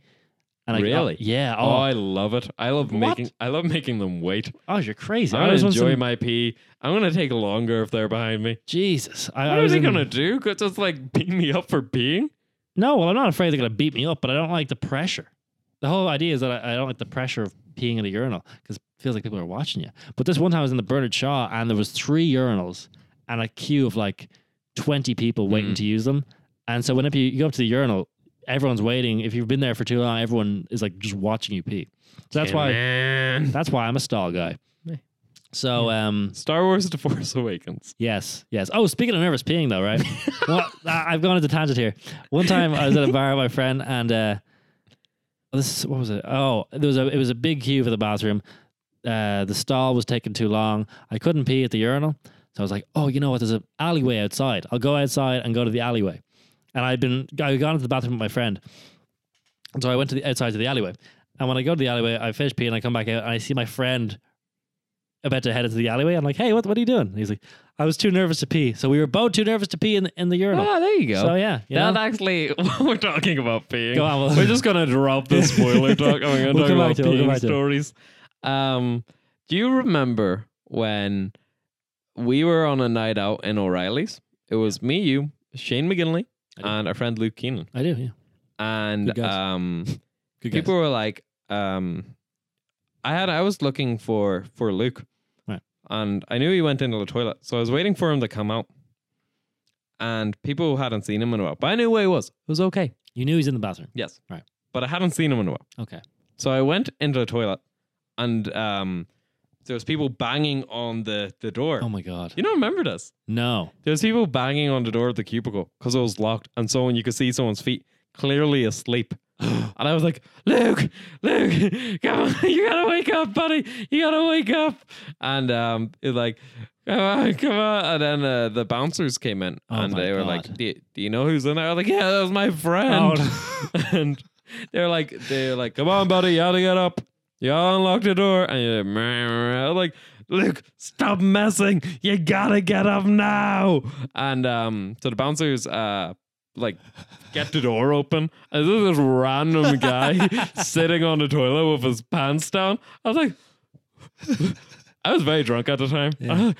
B: And I,
A: Really?
B: Oh, yeah.
A: Oh,
B: Oh,
A: I love it. I love
B: What?
A: making. I love making them wait.
B: oh, you're crazy.
A: I'm
B: always
A: gonna
B: want
A: enjoy
B: some-
A: my pee. I'm gonna take longer if they're behind me.
B: Jesus. I,
A: What
B: I
A: are
B: was
A: they
B: in-
A: gonna do? Could Just like beat me up for peeing?
B: No, well, I'm not afraid they're going to beat me up, but I don't like the pressure. The whole idea is that I, I don't like the pressure of peeing at a urinal because it feels like people are watching you. But this one time I was in the Bernard Shaw and there was three urinals and a queue of like 20 people waiting
A: Mm.
B: to use them. And so whenever you, you go up to the urinal, everyone's waiting. If you've been there for too long, everyone is like just watching you pee. So that's why
A: Man.
B: that's why I'm a stall guy.
F: Yeah.
B: So um,
A: Star Wars: The Force Awakens.
B: Yes, yes. Oh, speaking of nervous peeing, though, right? well, I- I've gone into tangent here. One time I was at a bar with my friend, and uh, this what was it? Oh, there was a it was a big queue for the bathroom. Uh, the stall was taking too long. I couldn't pee at the urinal, so I was like, "Oh, you know what? There's an alleyway outside. I'll go outside and go to the alleyway." And I'd been I had gone to the bathroom with my friend, and so I went to the outside to the alleyway. And when I go to the alleyway, I finish peeing. I come back out, and I see my friend about to head into the alleyway. I'm like, "Hey, what what are you doing?" And he's like, "I was too nervous to pee." So we were both too nervous to pee in in the urinal.
A: Ah, there you go.
B: so yeah, you
A: That
B: know?
A: actually, we're talking about peeing.
B: Go on, we'll-
A: we're just gonna drop the spoiler talk. and we're gonna
B: We'll
A: talk
B: come
A: about
B: back to it, we'll come
A: peeing
B: back to it.
A: stories. Um, do you remember when we were on a night out in O'Reilly's? It was me, you, Shane McGinley,
B: I do.
A: and our friend Luke Keenan,
B: I do. Yeah, Good
A: and
B: guys.
A: um.
B: good
A: people were like um i had i was looking for for luke
B: Right.
A: and i knew he went into the toilet so i was waiting for him to come out and people hadn't seen him in a while but i knew where he was it was okay
B: You knew he's in the bathroom.
A: yes
B: Right.
A: but i hadn't seen him in a while
B: Okay.
A: so i went into the toilet and um there was people banging on the the door
B: Oh my god.
A: you don't remember this
B: No.
A: there was people banging on the door of the cubicle because it was locked and so you could see someone's feet clearly asleep And I was like, Luke, Luke, come on, you gotta wake up, buddy. You gotta wake up. And um, it's like, come on, come on. And then uh, the bouncers came in
B: Oh
A: and
B: my
A: they were like,
B: God.
A: do you, do you know who's in there? I was like, yeah, that was my
B: Oh,
A: friend. and they're like, they're like, come on, buddy, you gotta get up. You gotta unlock the door. And you're like, "Meh, meh, meh." I'm like, Luke, stop messing. You gotta get up now. And um, so the bouncers uh, like get the door open. And there's this random guy sitting on the toilet with his pants down. I was like, I was very drunk at the time.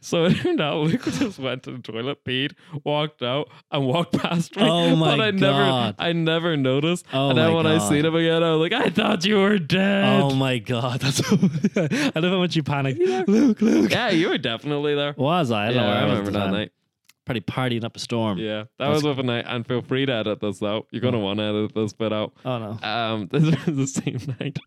A: so it turned out Luke just went to the toilet, peed, walked out, and walked past me.
B: Oh my
A: but I
B: God.
A: never, I never noticed.
B: Oh
A: and then
B: my
A: when I
B: God.
A: seen him again, I was like, I thought you were dead.
B: Oh my god. That's. I love how much you panicked. Luke, Luke.
A: yeah, you were definitely there.
B: Was Oh, I? I don't
A: yeah,
B: know where
A: I
B: I, was at
A: remember
B: the
A: that
B: time.
A: night.
B: Probably partying up a storm.
A: Yeah, that
B: That's-
A: was with a night. And feel free to edit this out. You're gonna want to edit this bit out.
B: Oh no.
A: Um, this was the same night.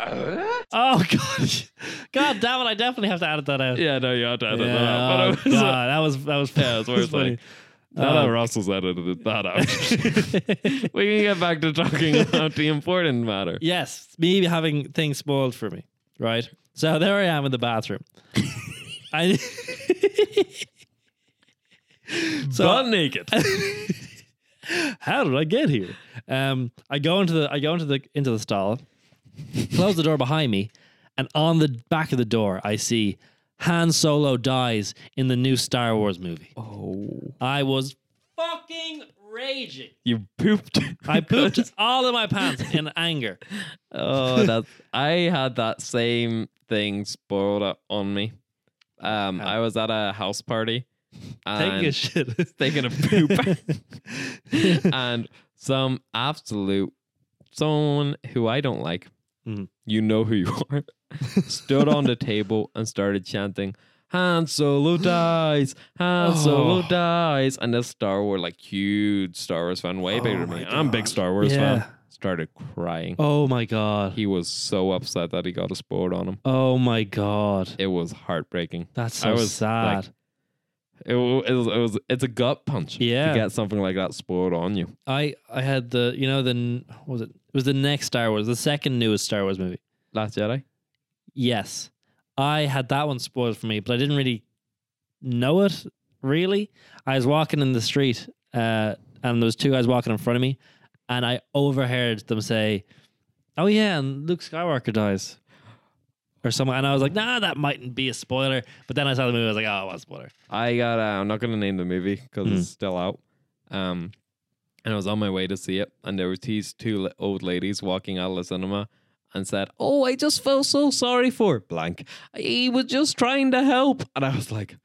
B: Oh gosh. God damn it! I definitely have to edit that out.
A: Yeah, no, you had to edit that
B: Yeah,
A: out. But
B: oh
A: it was, uh,
B: God, Um, that was that was
A: Yeah, that's what
B: that
A: it's like. now that Russell's edited that out,
B: funny.
A: we can get back to talking about the important matter.
B: yes, me having things spoiled for me, right? So there I am in the bathroom. I so
A: Butt naked.
B: how did I get here? Um, I go into the I go into the into the stall, close the door behind me, and on the back of the door I see Han Oh. Solo dies in the new Star Wars movie.
A: Oh.
B: I was raging.
A: You pooped.
B: I pooped all in my pants in anger.
A: oh, that I had that same thing spoiled up on me. Um, I was at a house party.
B: Taking a
A: And
B: shit.
A: taking a poop. and some absolute someone who I don't like,
B: Mhm.
A: you know who you are, stood on the table and started chanting, Han Solo dies, Han Solo
B: Oh.
A: dies. And this Star Wars, like huge Star Wars fan, way bigger than me. I'm a big Star Wars
B: Oh Yeah.
A: fan. Started crying.
B: Oh my god.
A: He was so upset that he got a spoiled on him.
B: Oh my god.
A: It was heartbreaking.
B: That's
A: I
B: so
A: was,
B: sad.
A: like, It, wa- it was, it was, it's a gut punch
B: Yeah.
A: to get something like that spoiled on you.
B: I I had the you know the n- what was it it was the next Star Wars the second newest Star Wars movie.
A: Last Jedi?
B: Yes, I had that one spoiled for me, but I didn't really know it. Really, I was walking in the street, uh, and there was two guys walking in front of me, and I overheard them say, "Oh yeah, and Luke Skywalker dies." Or something, and I was like, "Nah, that mightn't be a spoiler." But then I saw the movie, I was like, "Oh, it was a spoiler."
A: I got. Uh, I'm not gonna name the movie because
B: Hmm.
A: it's still out. Um, and I was on my way to see it, and there was these two li- old ladies walking out of the cinema, and said, "Oh, I just felt so sorry for blank. He was just trying to help," and I was like,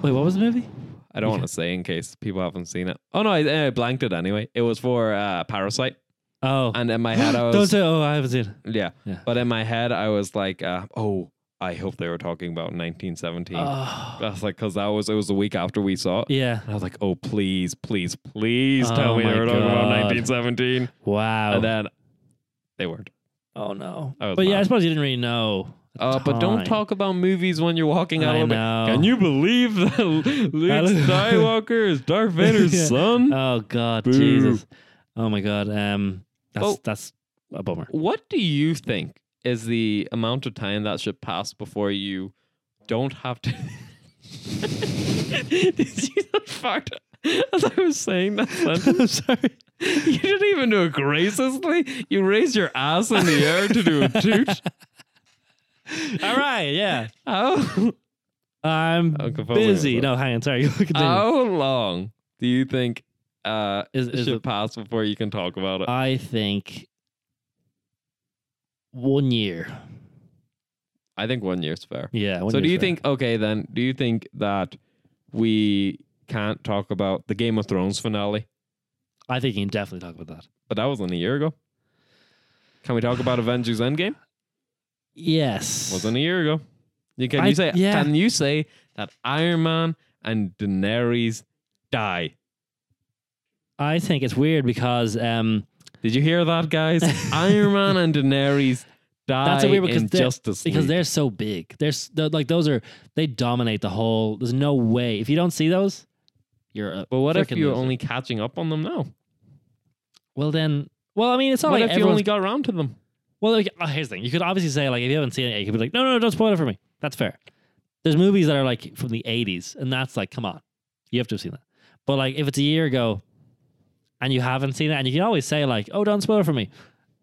B: Wait, what was the movie?
A: "I don't want to say in case people haven't seen it." Oh no, I, I blanked it anyway. It was for uh, Parasite,
B: Oh,
A: and in my head I
B: don't
A: was,
B: say. Oh, I haven't seen it.
A: yeah.
B: Yeah.
A: but in my head I was like, uh, "Oh, I hope they were talking about 1917."
B: Oh,
A: That's like because that was it was the week after we saw it.
B: yeah.
A: And I was like, oh, please, please, please tell
B: Oh
A: me they
B: my
A: were talking about
B: God. Oh.
A: 1917.
B: Wow.
A: And then they weren't.
B: oh no.
A: I was
B: But yeah, I
A: mad.
B: suppose you didn't really know. at
A: Uh,
B: the
A: but don't
B: time.
A: talk about movies when you're walking out
B: I
A: of the
B: know.
A: Can you believe that Luke
B: look-
A: Skywalker is Darth Vader's
B: Yeah.
A: son?
B: Oh God,
A: Boo.
B: Jesus. Oh my God. Um, that's
A: Oh.
B: that's a bummer.
A: what do you think is the amount of time that should pass before you don't have to? Did you not fart as I was saying that sentence?
B: I'm sorry.
A: You didn't even do it graciously. You raised your ass in the air to do a toot.
B: All right. Yeah.
A: How,
B: I'm
A: I'm confusing
B: busy.
A: myself.
B: No, hang on. Sorry. Continue.
A: how long do you think uh,
B: Is-
A: it
B: is
A: should
B: it-
A: pass before you can talk about it?
B: I think one year.
A: I think one year's fair.
B: Yeah. One
A: so do
B: year's
A: you
B: fair.
A: think, okay, then, do you think that we can't talk about the Game of Thrones finale?
B: I think you can definitely talk about that.
A: But that wasn't a year ago. Can we talk about Avengers Endgame?
B: Yes.
A: Wasn't a year ago. You, can
B: I-
A: you say?
B: yeah.
A: Can you say that Iron Man and Daenerys die?
B: I think it's weird because um,
A: Did you hear that, guys? Iron Man and Daenerys die
B: That's a weird because
A: in
B: they're-
A: Justice
B: because
A: League.
B: they're so big. They're, s- they're like those are they dominate the whole. There's no way if you don't see those, you're. A
A: But what if
B: frickin'
A: you're
B: loser.
A: only catching up on them now?
B: Well then, well I mean it's not
A: what
B: like
A: if you
B: everyone's
A: only got around to them?
B: Well, like, uh, here's the thing. You could obviously say, like, if you haven't seen it, you could be like, no, no, no, don't spoil it for me. That's fair. There's movies that are like from the 80s, and that's like, come on, you have to have seen that. But like, if it's a year ago and you haven't seen it, and you can always say, like, oh, don't spoil it for me.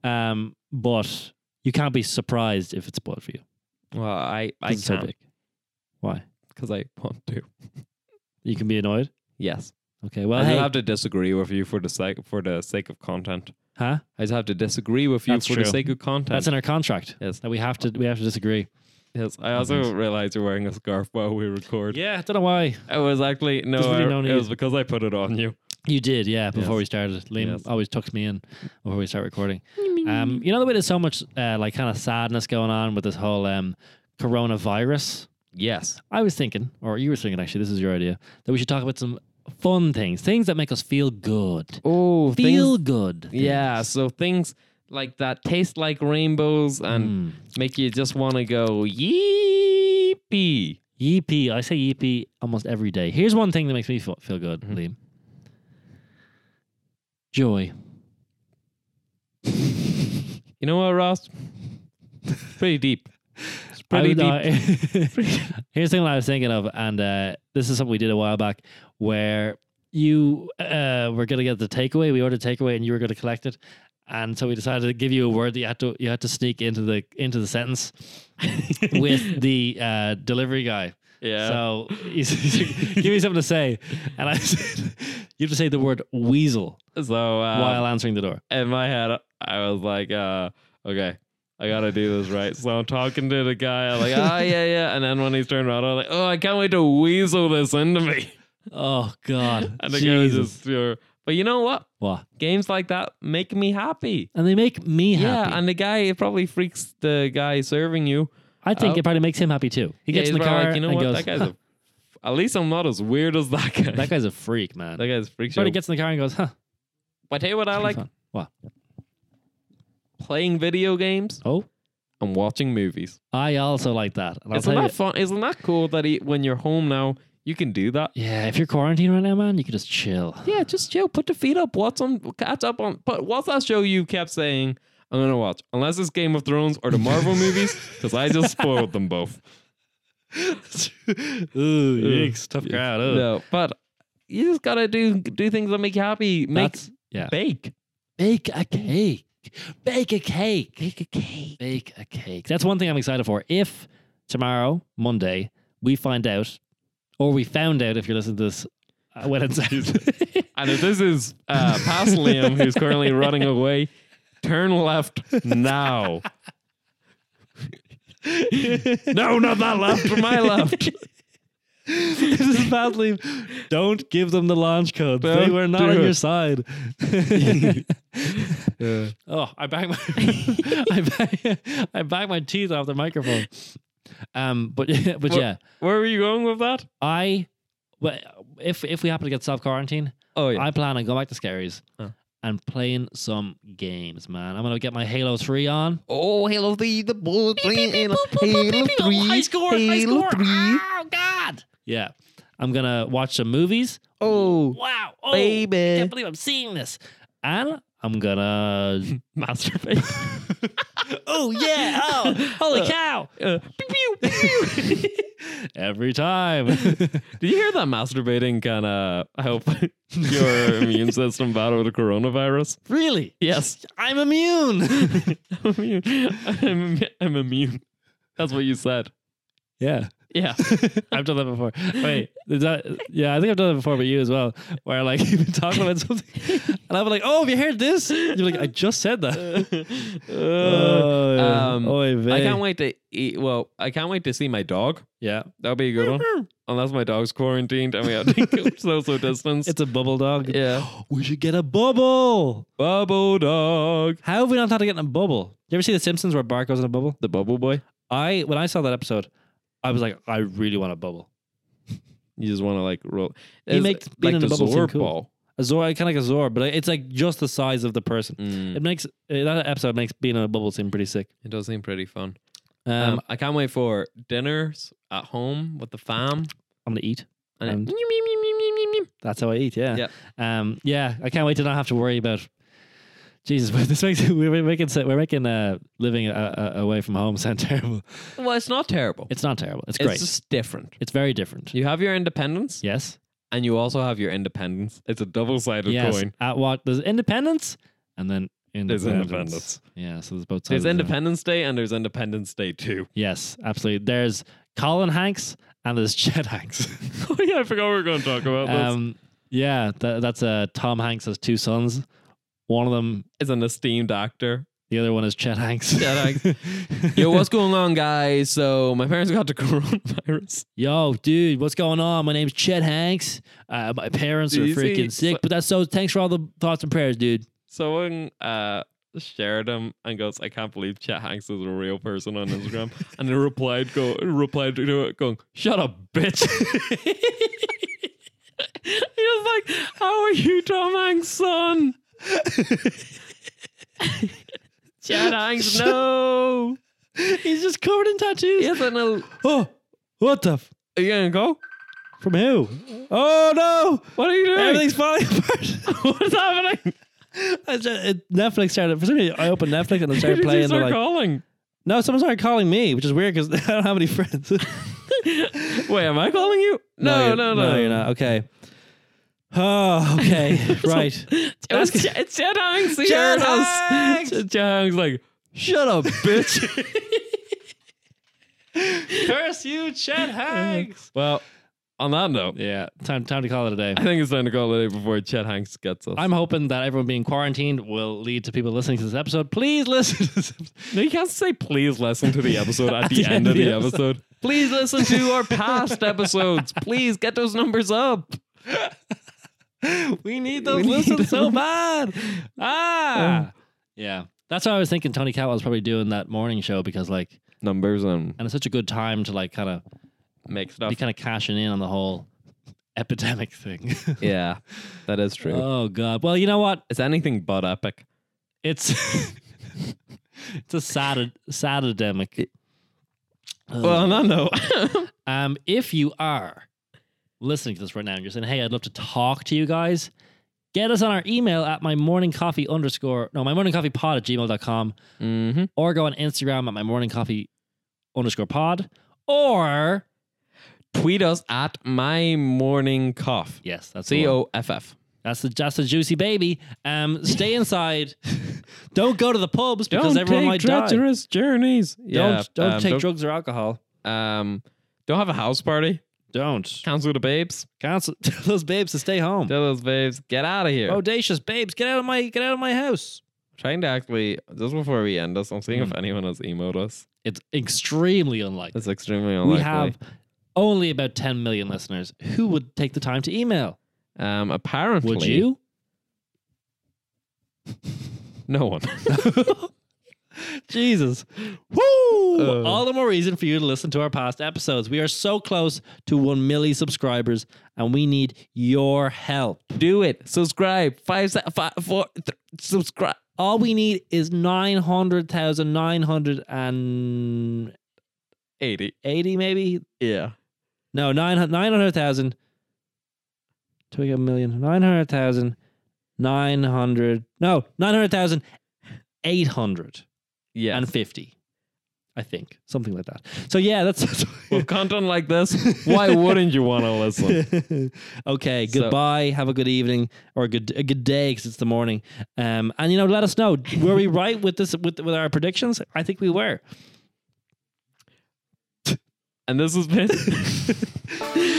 B: Um, but you can't be surprised if it's spoiled for you.
A: Well, I
B: 'cause
A: I
B: it's so
A: can't
B: big. Why?
A: because I want to.
B: You can be annoyed.
A: Yes,
B: Okay. Well,
A: I
B: hey,
A: just have to disagree with you for the sake for the sake of content.
B: huh?
A: I just have to disagree with you
B: That's
A: for the
B: true.
A: sake of content.
B: That's in our contract.
A: Yes.
B: That we have to we have to disagree.
A: yes. I also realized you're wearing a scarf while we record.
B: Oh, Yeah, I don't know why.
A: It was actually no,
B: There's really
A: I-
B: no
A: it was
B: need.
A: because I put it on you.
B: You did, yeah. Before
A: Yes.
B: we started, Liam
A: Yes.
B: always tucks me in before we start recording. Um, you know the way there's so much uh, like kind of sadness going on with this whole um, coronavirus.
A: Yes.
B: I was thinking, or you were thinking actually, this is your idea that we should talk about some fun things, things that make us feel good,
A: Oh,
B: feel good. things.
A: Yeah, so things like that taste like rainbows
B: Mm. Hmm.
A: and make you just want to go yeepee.
B: Yeepee. I say yeepee almost every day. Here's one thing that makes me feel, feel good, Liam. Joy.
A: You know what, Ross? Pretty deep. It's pretty deep.
B: I would- I- here's the thing that I was thinking of, and uh, this is something we did a while back, where you uh, were going to get the takeaway. We ordered takeaway, and you were going to collect it, and so we decided to give you a word that you had to you had to sneak into the into the sentence with the uh, delivery guy.
A: Yeah.
B: So he's, he's like, give me something to say, and I said, you have to say the word weasel
A: So uh,
B: while answering the door.
A: in my head, I was like, uh, okay, I gotta do this right. So I'm talking to the guy, I'm like, ah, yeah, yeah. And then when he's turned around, I'm like, oh, I can't wait to weasel this into me.
B: Oh God,
A: And the guy was
B: Jesus,
A: just, uh, but you know what?
B: what?
A: Games like that make me happy.
B: And they make me happy.
A: Yeah, and the guy it probably freaks the guy serving you.
B: I think
A: Oh.
B: it probably makes him happy too. He
A: Yeah,
B: gets
A: he's
B: in the
A: probably
B: car
A: like, you know
B: and
A: what?
B: goes,
A: that guy's
B: "Huh,
A: a, at least I'm not as weird as that guy.
B: that guy's a freak, man."
A: that guy's a freak show.
B: Probably gets in the car and goes, "Huh."
A: But tell you what I
B: pretty
A: like
B: fun. What?
A: playing video games
B: Oh,
A: and watching movies.
B: I also like that. And I'll
A: Isn't
B: tell you,
A: that fun? Isn't that cool that he, when you're home now you can do that?
B: yeah, if you're quarantined right now, man, you can just chill.
A: Yeah, just chill. Put the feet up. What's on? Catch up on. But what's that show you kept saying? I'm gonna watch unless it's Game of Thrones or the Marvel movies because I just spoiled them both.
B: Ooh,
A: yikes,
B: tough
A: crowd, No, but you just gotta do do things that make you happy. Make
B: That's- yeah.
A: bake.
B: Bake a cake. Bake a cake. Bake a cake. Bake a cake. That's one thing I'm excited for. If tomorrow, Monday, we find out, or we found out, if you're listening to this, uh, when it's out.
A: And if this is uh, past Liam, who's currently running away, turn left now. no, not that left. My left.
B: this is badly. Don't give them the launch code. they
A: Don't
B: were
A: do
B: not on
A: it.
B: your side. Oh, I banged my I bang, I banged my teeth off the microphone. Um, but but
A: Well-
B: yeah,
A: Where were you going with that?
B: I well, if if we happen to get self quarantine,
A: Oh
B: I plan on going back to Scaries
A: Oh.
B: and playing some games, man. I'm gonna get my Halo Three on.
A: Oh, Halo 3, the bullet train, Halo, Halo 3,
B: high score, high
A: Halo
B: score!
A: 3.
B: Oh God! Yeah, I'm gonna watch some movies.
A: Oh,
B: Wow! Oh, I
A: baby.
B: can't believe I'm seeing this. And I'm gonna
A: Masturbate.
B: Oh yeah! Oh, holy cow!
A: Uh, pew, pew, pew.
B: Every time.
A: Did you hear that masturbating kind of help your immune system battle the coronavirus?
B: really?
A: Yes.
B: I'm immune.
A: I'm immune. I'm, I'm immune. That's what you said.
B: yeah,
A: Yeah.
B: I've done that before. Wait, is that? Yeah, I think I've done that before, but you as well. Where like you've been talking about something, and I'm like, oh, have you heard this? And You're like, I just said that. Uh, Oh, yeah.
A: um,
B: Oy
A: I
B: vey.
A: can't wait to eat. Well, I can't wait to see my dog.
B: Yeah,
A: That'll be a good one. Unless my dog's quarantined and we have to keep social distance.
B: it's a bubble dog.
A: yeah.
B: We should get a bubble.
A: Bubble dog.
B: How have we not thought of getting a bubble? You ever see The Simpsons where Bart goes in a bubble?
A: The bubble boy.
B: I when I saw that episode, I was like, I really want a bubble.
A: You just want to like roll.
B: He makes being in
A: the
B: a bubble seem
A: Zorb
B: cool.
A: ball.
B: A Zora, kind of like a Zora, but it's like just the size of the person.
A: Mm,
B: It makes uh, that episode makes being in a bubble seem pretty sick.
A: it does seem pretty fun.
B: Um,
A: Um, I can't wait for dinners at home with the fam.
B: I'm gonna eat.
A: And
B: and- That's how I eat. Yeah.
A: Yep.
B: Um. Yeah. I can't wait to not have to worry about. Jesus, this makes we're making we're making uh, living uh, uh, away from home sound terrible.
A: well, it's not terrible.
B: It's not terrible. It's
A: It's
B: great. It's,
A: just different.
B: very different.
A: You have your independence,
B: Yes.
A: and you also have your independence. It's a double-sided
B: yes.
A: coin.
B: At what there's independence and then independence.
A: There's independence.
B: Yeah. So there's both
A: There's
B: sides. of the coin.
A: Independence Day, and there's Independence Day too.
B: Yes, absolutely. There's Colin Hanks and there's Chet Hanks.
A: oh yeah, I forgot we were going to talk about this.
B: um, yeah, tha- that's uh, Tom Hanks has two sons. One of them,
A: It's an esteemed actor.
B: the other one is Chet Hanks.
A: Chet Hanks. Yo, what's going on, guys? So my parents got the coronavirus.
B: Yo, dude, what's going on? My name's Chet Hanks. Uh, my parents are
A: Easy.
B: freaking sick, but that's so. Thanks for all the thoughts and prayers, dude.
A: Someone uh, shared him and goes, "I can't believe Chet Hanks is a real person on Instagram," and they replied, "Go replied to it, going, shut up, bitch." he was like, "How are you, Tom Hanks' son?" Chet Hanks, no.
B: He's just covered in tattoos.
A: Yes, and I'll-
B: Oh, what the? F-
A: are you gonna go?
B: from who? Oh no,
A: What are you doing?
B: everything's falling apart.
A: What's happening?
B: I just, it, Netflix started. For some reason, I opened Netflix and
A: Who
B: it started
A: did you
B: playing. They're
A: start
B: like,
A: calling?
B: no, someone started calling me, which is weird because I don't have any friends.
A: Wait, am I calling you? No,
B: you're-
A: no, no.
B: you're not. Okay. Oh, okay, right.
A: It was
B: That's-
A: Ch- it's Chet Hanks. He
B: Chet
A: heard us.
B: Hanks!
A: Ch- Chet Hanks like, shut up, bitch.
B: Curse you, Chet Hanks.
A: Well, on that note,
B: yeah, time time to call it a day.
A: I think it's time to call it a day before Chet Hanks gets us.
B: I'm hoping that everyone being quarantined will lead to people listening to this episode. Please listen. To this episode.
A: no, you can't say please listen to the episode at, the, end, of the episode. Please listen to our past episodes. Please get those numbers up.
B: We need
A: those listens so
B: bad.
A: Um,
B: Ah, yeah. That's why I was thinking Tony Cat was probably doing that morning show because like,
A: Numbers and
B: and it's such a good time to like kind of
A: make
B: be
A: stuff.
B: kind of cashing in on the whole epidemic thing.
A: Yeah, that is true.
B: oh god. Well, you know what?
A: it's anything but epic.
B: It's it's a sad sad epidemic.
A: Well, on that note.
B: Um, if you are listening to this right now and you're saying, hey, I'd love to talk to you guys, get us on our email at my morning coffee underscore, no, my morning coffee pod at gmail.com
A: mm-hmm.
B: or go on Instagram at my morning coffee underscore pod or,
A: tweet us at my morning cough.
B: yes, that's
A: C
B: the one.
A: O F F.
B: That's the, that's the juicy baby. Um, stay inside. don't go to the pubs because everyone might die.
A: journeys.
B: don't don't take drugs or alcohol.
A: Um, don't have a house party.
B: Don't.
A: Cancel the babes.
B: Counsel tell those babes to stay home.
A: Tell those babes, get out of here.
B: Audacious babes, get out of my get out of my house.
A: Trying to actually, just before we end this, I'm seeing
B: Hmm.
A: if anyone has emailed us.
B: It's extremely unlikely.
A: That's extremely unlikely.
B: We have only about 10 million listeners. Who would take the time to email?
A: Um, apparently.
B: Would you?
A: No one.
B: Jesus. Woo! All the more reason for you to listen to our past episodes. We are so close to 1 million subscribers and we need your help.
A: Do it. Subscribe. Five, se- five four, th- subscribe.
B: All we need is 900,980
A: 80.
B: maybe?
A: Yeah.
B: No, 900 900,000 to a million. 900,000 900 No, 900,000 850.
A: Yeah.
B: I think. Something like that. So yeah, that's
A: With content like this, why wouldn't you want to listen?
B: okay,
A: So-
B: goodbye. Have a good evening or a good a good day cuz it's the morning. Um and you know, let us know were we right with this with with our predictions? I think we were.
A: And this has been.